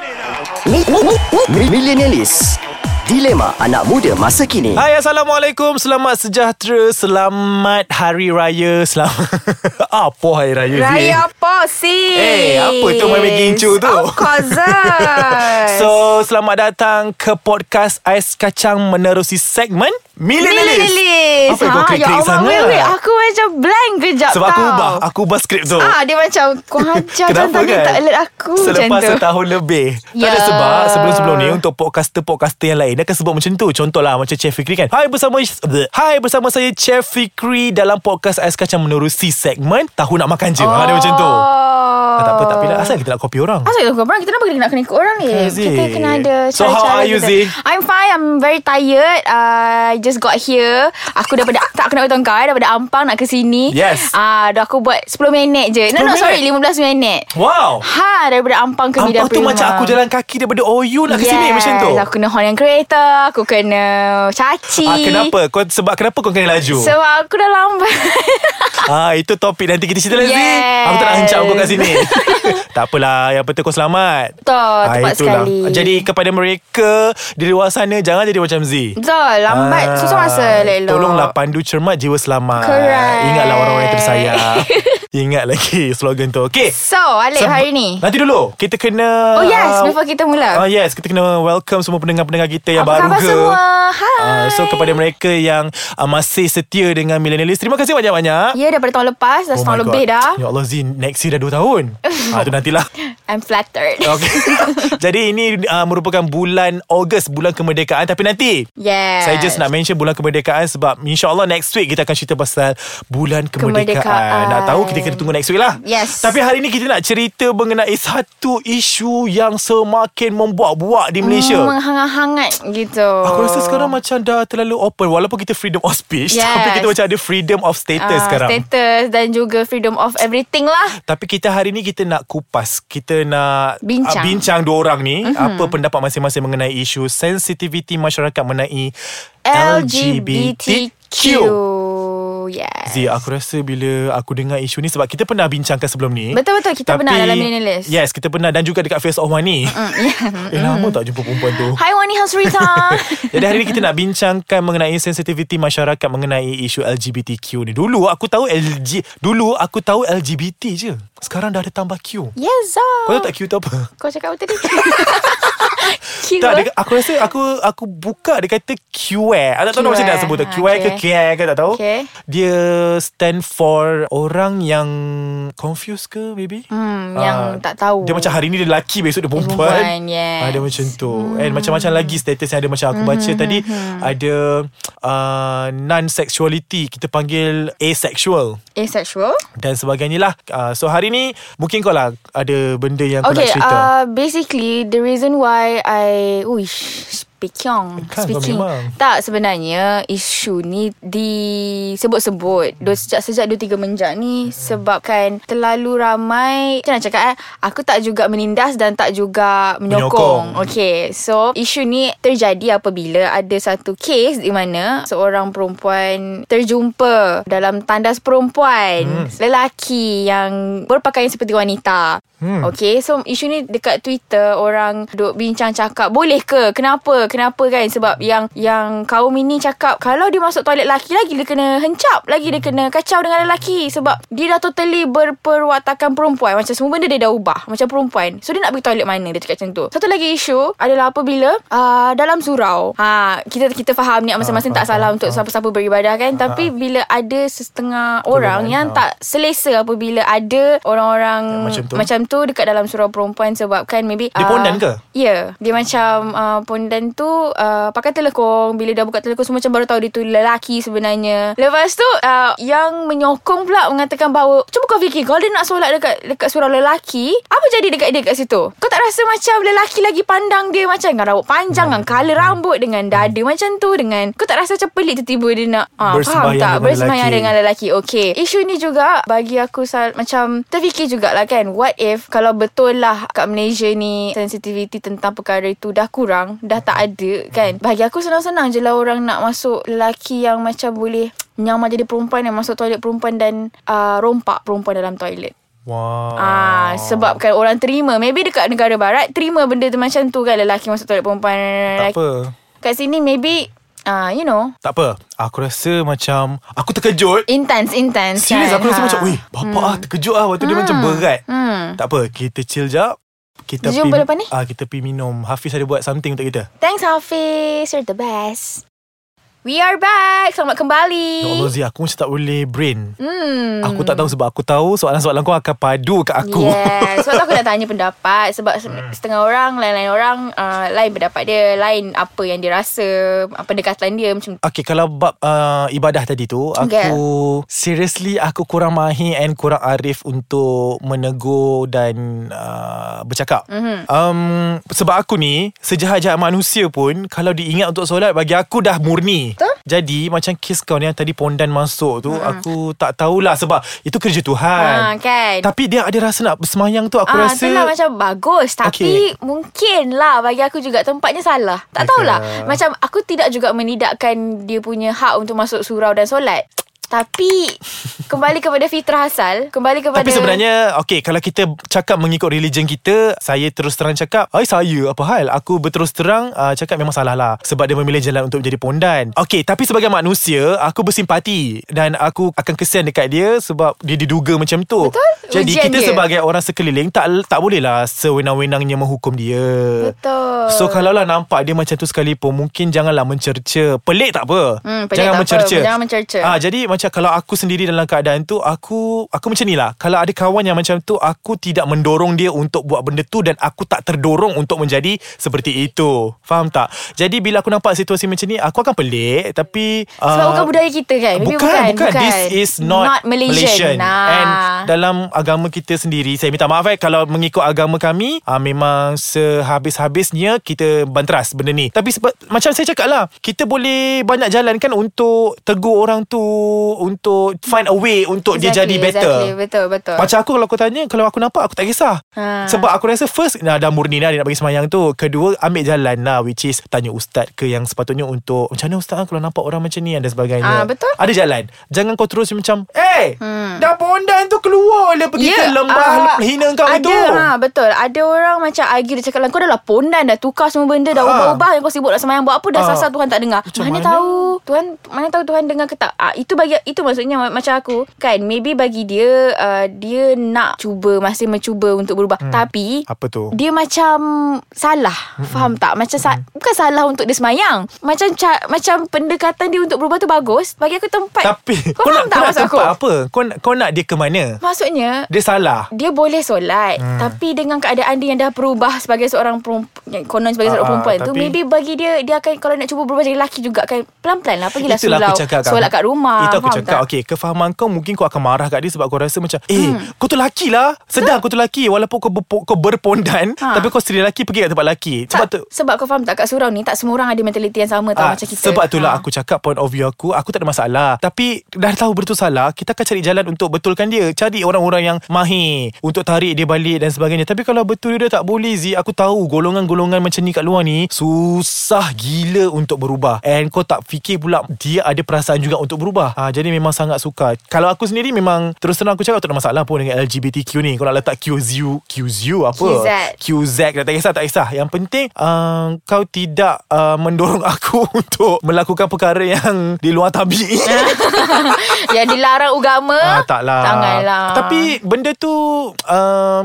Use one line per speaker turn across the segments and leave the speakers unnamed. Mi- mi- mi- mi- Millenialis Dilema anak muda masa kini
Hai Assalamualaikum Selamat sejahtera Selamat Hari Raya Selamat Apa Hari Raya Zee?
Raya apa sis?
Eh, apa tu main bikin cu tu?
Of course
So selamat datang ke podcast Ais Kacang menerusi segmen Millenialis Apa yang kau kering-kering sangat
Ha, ya wait, wait. Aku macam blank kejap
Sebab
tau.
aku ubah Aku ubah skrip tu
Ah, dia macam kau hajar macam
Kenapa
tadi
kan?
tak alert aku
Selepas
macam tu.
setahun lebih yeah. Tak ada
Ya.
sebab Sebelum-sebelum ni Untuk podcaster-podcaster yang lain Dia akan sebut macam tu Contohlah macam Chef Fikri kan Hai bersama bleh. Hai bersama saya Chef Fikri Dalam podcast Ais Kacang menerusi segmen Tahu nak makan je oh. ha, Dia macam tu ah, Tak apa tak pilih Asal kita nak copy orang
Eh. Asal kita ikut orang Kita kenapa kena nak kena ikut orang ni
Kan, Zee?
Kita kena ada
So,
cara-cara
how are you,
kita.
Zee?
I'm fine I'm very tired uh, I just got here Aku daripada Tak aku nak beritahu kau eh, Daripada Ampang nak ke sini
Yes.
uh, Dah aku buat 10 minit je No
10
no
minit?
sorry 15 minit
Wow
Ha daripada Ampang ke Bidang
Ampang tu macam aku jalan kaki Daripada OU nak ke sini Macam tu
Aku kena horn yang kereta Aku kena caci
ah, Kenapa kau, Sebab kenapa kau kena laju
Sebab aku dah lambat
Ah itu topik nanti kita cerita lagi.
Yes.
Aku tak nak hancam kau kat sini. tak apalah, yang penting kau selamat. Ah,
Betul, tepat sekali.
Jadi kepada mereka di luar sana jangan jadi macam Z.
Betul Lambat
Ah,
Susah masa Lelo
Tolonglah pandu cermat jiwa selamat.
Correct.
Ingatlah orang-orang yang tersayang. Ingat lagi slogan tu. Okay.
So Alip
Seb-
hari ni
Nanti dulu Kita kena
Oh
ah,
yes Before kita mula
Ah yes, kita kena welcome semua pendengar-pendengar kita yang
Apa
baru
khabar
ke.
semua? Hai.
Ah, so kepada mereka yang uh, masih setia dengan Millennialis, terima kasih banyak-banyak.
Ya daripada tahun lepas Dah setahun lebih dah
Ya Allah Zin Next year dah 2 tahun ha, Itu nantilah
I'm flattered
okay. Jadi ini uh, merupakan bulan Ogos Bulan kemerdekaan Tapi nanti
Yes
Saya just nak mention bulan kemerdekaan Sebab insyaAllah next week Kita akan cerita pasal Bulan kemerdekaan,
Kemerdekaan.
Nak tahu kita kena tunggu next week lah
Yes.
Tapi hari ni kita nak cerita Mengenai satu isu Yang semakin membuat-buat di Malaysia
Hmm, Menghangat-hangat gitu
Aku rasa sekarang macam dah terlalu open Walaupun kita freedom of speech
Yes.
Tapi kita macam ada freedom of status
Ah,
sekarang
Status Dan juga freedom of everything lah
Tapi kita hari ni kita nak kupas, kita nak
Bincang. Mhm.
ah, bincang dua orang ni mm-hmm. apa pendapat masing-masing mengenai isu sensitiviti masyarakat mengenai LGBTQ.
Yes
Zee, aku rasa bila aku dengar isu ni sebab kita pernah bincangkan sebelum ni.
Betul-betul, kita pernah dalam Millennialist. ya,
Yes, kita pernah dan juga dekat Face of Money. Mm, yeah. eh, lama tak jumpa perempuan tu.
Hai Wani Hasrita
Jadi hari ni kita nak bincangkan mengenai sensitiviti masyarakat mengenai isu LGBTQ ni. Dulu aku tahu LG, dulu aku tahu LGBT je. Sekarang dah ada tambah Q.
Yes Zah
Kau tahu tak Q tu apa?
Kau cakap apa tadi? Cute
Tak, dia, aku rasa aku aku buka dia kata QR. Aku tak tahu
QR.
macam mana nak sebut tu.
Ha,
QR ke
okay.
QR ke tak tahu.
Okay.
Dia stand for orang yang confused ke maybe?
Hmm, yang
Ah,
tak tahu.
Dia macam hari ni dia lelaki, besok dia perempuan.
perempuan, yes. Hmm.
Ah, dia macam tu. And macam-macam lagi status yang ada macam aku baca tadi ada uh, non-sexuality, kita panggil asexual
Asexual
dan sebagainya lah. Uh, so hari ni mungkin kau lah ada benda yang kau
Okay
nak cerita.
uh, Basically The reason why I Uish
Kan,
Speaking
kau
Speaking
memang.
Tak sebenarnya Isu ni Disebut-sebut Duh, Sejak sejak 2-3 menjak
Hmm.
ni Sebabkan Terlalu ramai Macam nak cakap eh Aku tak juga menindas Dan tak juga Menyokong,
Menyokong.
Okay So Isu ni terjadi apabila Ada satu kes Di mana Seorang perempuan Terjumpa Dalam tandas perempuan hmm. Lelaki Yang Berpakaian seperti wanita hmm. Okay So isu ni Dekat Twitter Orang Duk bincang cakap Boleh ke Kenapa Kenapa kan Sebab yang Yang kaum ini cakap Kalau dia masuk toilet lelaki Lagi dia kena hencap Lagi dia kena kacau Dengan lelaki Sebab Dia dah totally Berperwatakan perempuan Macam semua benda Dia dah ubah Macam perempuan So dia nak pergi toilet mana Dia cakap macam tu Satu lagi isu Adalah apabila uh, Dalam surau ha, Kita kita faham ni Masing-masing tak salah Untuk siapa-siapa beribadah
Ha,
kan Tapi bila ada Setengah
Golongan,
orang Yang
ha.
tak selesa Apabila ada
Yang
Orang-orang
macam tu.
Macam tu Dekat dalam surau perempuan Sebabkan maybe
Dia
ah,
pondan ke?
Ya yeah, Dia macam uh, Pondan tu uh, Pakai telekong Bila dah buka telekong Semua macam baru tahu Dia tu lelaki sebenarnya Lepas tu uh, Yang menyokong pula Mengatakan bahawa Cuba kau fikir Kalau dia nak solat dekat Dekat surau lelaki Apa jadi dekat dia Dekat situ Kau tak rasa macam Lelaki lagi pandang dia Macam dengan rambut panjang
Hmm.
Dengan colour rambut Dengan dada macam tu Dengan Kau tak rasa macam pelik Tiba-tiba dia nak ah, Faham
Bersembahyang
tak
dengan
Bersemayang
lelaki.
dengan lelaki Okay Isu ni juga Bagi aku sal- Macam Terfikir jugalah kan What if Kalau betul lah Kat Malaysia ni Sensitivity tentang perkara itu Dah kurang Dah tak ada kan Bagi aku senang-senang je lah Orang nak masuk Lelaki yang macam boleh Nyamar jadi ah, perempuan Yang masuk toilet perempuan Dan uh, Rompak perempuan dalam toilet
Wow. Oh.
Ah, sebabkan orang terima. Maybe dekat negara barat terima benda tu macam tu kan lelaki masuk toilet perempuan
Tak
lelaki.
apa.
Kat sini maybe ah uh, you know,
Tak apa. Aku rasa macam aku terkejut.
intense intense.
Serius
kan?
aku rasa
Ha.
macam Weh bapak hmm. ah terkejut ah Waktu hmm. dia macam berat
Hmm.
Tak apa Kita chill jap kita
Jumpa lepas ni?
ah, Kita pergi minum Hafiz ada buat something untuk kita
Thanks Hafiz, you're the best. We are back. Selamat kembali.
Ya Allah Zia Aku macam tak boleh brain
Hmm.
Aku tak tahu sebab aku tahu Soalan-soalan kau akan padu kat aku
Yes Sebab tu aku nak tanya pendapat Sebab se-
Hmm.
setengah orang Lain-lain orang uh, Lain pendapat dia Lain apa yang dia rasa uh, Pendekatan dia macam tu
Okay kalau bab uh, ibadah tadi tu Aku
Okay.
Seriously aku kurang mahir And kurang arif Untuk menegur Dan uh, Bercakap mm-hmm.
Mhm.
um, Sebab aku ni Sejahat-jahat manusia pun Kalau diingat untuk solat Bagi aku dah murni
Betul. Mhm.
Jadi macam kes kau ni Yang tadi pondan masuk tu mm-hmm. Aku tak tahulah Sebab itu kerja
ha,
Tuhan
Kan
Tapi dia ada rasa nak bersemayang tu Aku
Ah,
rasa
Itulah macam bagus Tapi
Okay.
okay. mungkin lah Bagi aku juga tempatnya salah Tak tahulah
Okay.
Macam aku tidak juga menidakkan Dia punya hak untuk masuk surau dan solat Tapi Kembali kepada fitrah asal Kembali kepada
Tapi sebenarnya Okay kalau kita Cakap mengikut religion kita Saya terus terang cakap Ay saya apa hal Aku berterus terang uh, Cakap memang salah lah Sebab dia memilih jalan Untuk jadi pondan Okay tapi sebagai manusia Aku bersimpati Dan aku akan kesian dekat dia Sebab dia diduga macam tu
Betul.
Jadi
Ujian
kita
dia.
sebagai orang sekeliling Tak tak boleh lah Sewenang-wenangnya menghukum dia
Betul.
So kalau lah nampak dia macam tu sekalipun Mungkin janganlah mencerca Pelik tak apa
Hmm, pelik
Jangan
tak apa.
mencerca
Jangan mencerca.
Ah, jadi macam kalau aku sendiri dalam keadaan tu aku aku macam ni lah. Kalau ada kawan yang macam tu aku tidak mendorong dia untuk buat benda tu dan aku tak terdorong untuk menjadi seperti itu. Faham tak? Jadi bila aku nampak situasi macam ni aku akan pelik tapi
Sebab
ah,
bukan budaya kita kan Maybe
Bukan, bukan, bukan. This is not,
Not
Malaysian.
Malaysian, Ah.
And dalam agama kita sendiri, saya minta maaf eh kalau mengikut agama kami, ah, memang sehabis-habisnya kita banteras benda ni. Tapi sebab, macam saya cakap lah, kita boleh banyak jalan kan untuk tegur orang tu, untuk find a way untuk dia jadi better.
Ah, exactly. Betul betul
Macam aku kalau aku tanya Kalau aku nampak Aku tak kisah ha.
Ha.
Sebab aku rasa first nah, Dah murni lah Dia nak bagi semayang tu Kedua ambil jalan lah Which is Tanya ustaz ke Yang sepatutnya untuk Macam mana ustaz ah, Kalau nampak orang macam ni Dan sebagainya
Ah, betul.
Ada jalan Jangan kau terus macam Eh hmm. Dah pondan tu keluar Dia pergi yeah, ke lembah
ah,
Hina kau
ada,
itu
ha, Betul Ada orang macam Argue dia cakap lah, Kau dah lah pondan Dah tukar semua benda Dah
Ah.
ubah-ubah Yang kau sibuk nak semayang Buat apa dah
Ah.
sasar Tuhan tak dengar
Macam
Mana,
mana?
tahu Tuhan Mana tahu Tuhan dengar ke tak ha, Itu bagi itu maksudnya ma- Macam aku Kan maybe bagi dia uh, Dia nak cuba Masih mencuba Untuk berubah Tapi
Hmm. Apa tu Hmm.
dia macam salah faham tak macam sa- bukan salah untuk dia semayang macam ca- macam pendekatan dia untuk berubah tu bagus bagi aku tempat
Tapi
kau, faham
nak,
tak
kau nak
maksud aku
tempat apa kau, nak- kau nak dia ke mana
maksudnya
Dia salah
dia boleh solat hmm. tapi dengan keadaan dia yang dah berubah sebagai seorang perempuan yang konon sebagai seorang
Ah,
perempuan tu
tapi-
maybe bagi dia dia akan kalau nak cuba berubah jadi lelaki juga kan pelan-pelan lah pergilah
Itulah
surau
aku cakap kat
solat
aku.
kat rumah
Itu aku
faham
cakap
tak?
Okay kefahaman kau Mungkin kau akan marah kat dia Sebab kau rasa macam Eh hmm. kau tu lelaki lah Sedar kau tu lelaki Walaupun kau, berpo, kau berpondan
Ha.
ha. Tapi kau sendiri lelaki Pergi kat tempat lelaki Sebab
tak,
tu
sebab kau faham tak kat surau ni tak semua orang ada mentaliti yang sama tau
Ah,
macam kita
Sebab itulah
Ah.
aku cakap Point of view aku Aku tak ada masalah Tapi dah tahu benda tu salah Kita akan cari jalan Untuk betulkan dia Cari orang-orang yang mahir Untuk tarik dia balik Dan sebagainya Tapi kalau betul dia tak boleh Zee Aku tahu Golongan-golongan macam ni kat luar ni Susah gila Untuk berubah And kau tak fikir pula Dia ada perasaan juga Untuk berubah ha, Jadi memang sangat sukar Kalau aku sendiri memang Terus terang aku cakap Aku tak ada masalah pun Dengan LGBTQ ni Kau nak letak QZU QZU apa
QZ.
QZ dah tak kisah tak kisah yang penting uh, kau tidak uh, mendorong aku untuk melakukan perkara yang di luar tabi
yang dilarang agama
Ah, tak lah
Janganlah
Tapi benda tu um,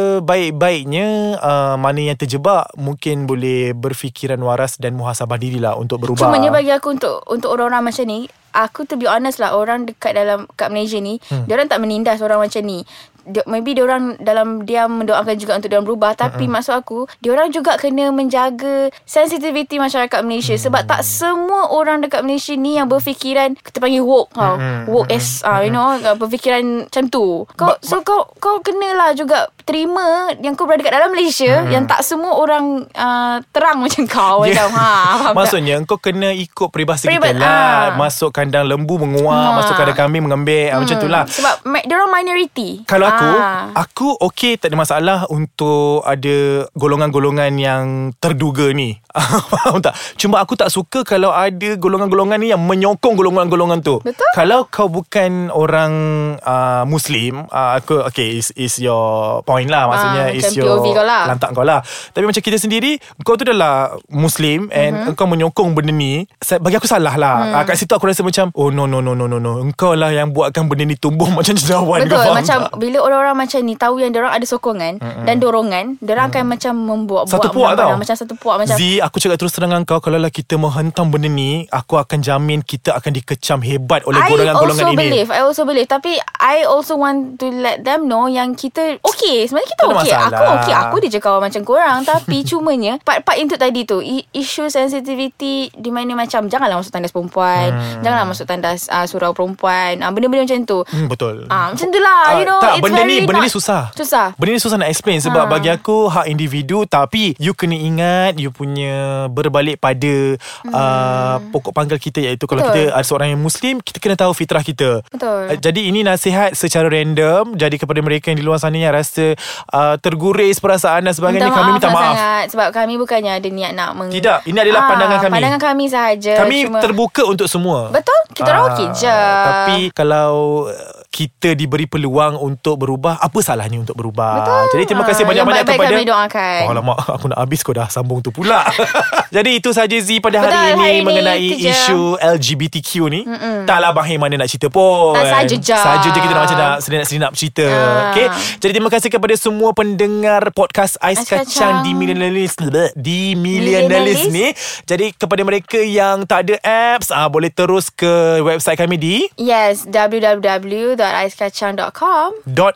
Sebaik-baiknya uh, Mana yang terjebak Mungkin boleh Berfikiran waras Dan muhasabah dirilah Untuk berubah
Cumanya bagi aku untuk untuk orang-orang macam ni, aku to be honest lah orang dekat dalam kat Malaysia ni, hmm. dia orang tak menindas orang macam ni. Dia, maybe dia orang dalam diam mendoakan juga untuk dia orang berubah tapi mm-hmm. maksud aku dia orang juga kena menjaga sensitivity masyarakat Malaysia mm-hmm. sebab tak semua orang dekat Malaysia ni yang berfikiran kita panggil woke ah, tau hmm, mm-hmm. woke as uh, you know berfikiran macam tu kau so kau kau kenalah juga terima yang kau berada kat dalam Malaysia hmm. yang tak semua orang uh, terang macam kau yeah. macam ha faham tak?
Ya. Maksudnya kau kena ikut peribahasa
Peribah-
kita lah
ah.
Masuk kandang lembu menguak
Ah.
Masuk kandang kambing mengambil hmm. Macam tu lah
sebab ma- dia orang minority
Kalau aku
Ah.
Aku okay tak ada masalah Untuk ada Golongan-golongan yang Terduga ni Faham tak Cuma aku tak suka Kalau ada golongan-golongan ni Yang menyokong golongan-golongan tu
Betul.
Kalau kau bukan orang uh, Muslim uh, Aku Okay is, is your point lah Maksudnya
Ah,
is
macam
your
POV kau lah.
Lantak kau lah Tapi macam kita sendiri Kau tu adalah Muslim And
Mhm.
mm-hmm. kau menyokong benda ni sa- Bagi aku salah lah
Hmm.
mm. uh, Kat situ aku rasa macam Oh no no no no no no Engkau lah yang buatkan benda ni tumbuh Macam jenawan kau
Betul
faham
macam
tak?
bila orang-orang macam ni tahu yang orang ada sokongan mm-hmm. dan dorongan, orang akan macam membuat
Satu puak tau
macam satu puak macam
Z aku cakap terus terang dengan kau Kalau lah kita menghentam benda ni Aku akan jamin Kita akan dikecam hebat Oleh
I also
golongan-golongan ini
believe I also believe Tapi I also want to let them know Yang kita Okay Sebenarnya kita
Tak ada
okay
masalah.
Aku okay Aku dia cakap macam korang Tapi cumanya Part-part untuk tadi tu i- Isu sensitivity Di mana macam Janganlah masuk tandas perempuan hmm. Janganlah masuk tandas uh, Surau perempuan uh, Benda-benda macam tu
Hmm, betul
Ah, macam tu lah
Ah,
You know
tak,
it's
benda ni
very
benda ni
not-
susah.
Susah
Benda ni susah nak explain sebab ha.
Ha.
bagi aku hak individu tapi you kena ingat you punya berbalik pada hmm. uh, pokok pangkal kita iaitu kalau
Betul.
kita ada seorang yang muslim kita kena tahu fitrah kita.
Betul.
Uh, jadi ini nasihat secara random jadi kepada mereka yang di luar sana yang rasa uh, terguris perasaan dan sebagainya kami minta
lah
maaf.
sangat Sebab kami bukannya ada niat nak meng... Ah,
Tidak, ini adalah pandangan kami.
Pandangan kami sahaja
Kami
Ya, cuma-
terbuka untuk semua. Ah,
Betul, kita orang okey je.
Tapi kalau uh, kita diberi peluang untuk berubah, apa salahnya untuk berubah?
Betul.
Jadi terima kasih
Ah,
banyak-banyak
yang baik-baik
kepada
kami doakan.
Oh lama aku nak habis kau dah sambung tu pula. Jadi itu saja Z pada hari
Betul,
ini
hari ini
mengenai
itu je.
isu LGBTQ ni. Mm-mm. Taklah bahaya mana nak cerita pun.
Tak, Ah, saja je.
Saja je kita nak macam nak selinap-selinap cerita.
Ah.
Okey. Jadi terima kasih kepada semua pendengar podcast Ais,
Ais
Kacang,
Kacang.
di Millenialis di Millenialis
Millenialis.
ni ni. Jadi kepada mereka yang tak ada apps ah boleh terus ke website kami di
Yes, www.aiskacang.com
.my dan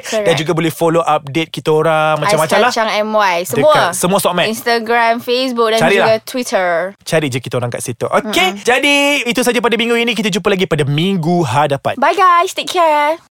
Correct.
juga boleh follow update kita orang macam-macam lah.
Ais Kacang MY Semua
Dekat semua sokmed.
Instagram, Facebook dan
Carilah.
juga Twitter
Cari je kita orang kat situ. Okay. Mm-hmm. Jadi itu saja pada minggu ini kita jumpa lagi pada minggu hadapan.
Bye guys, take care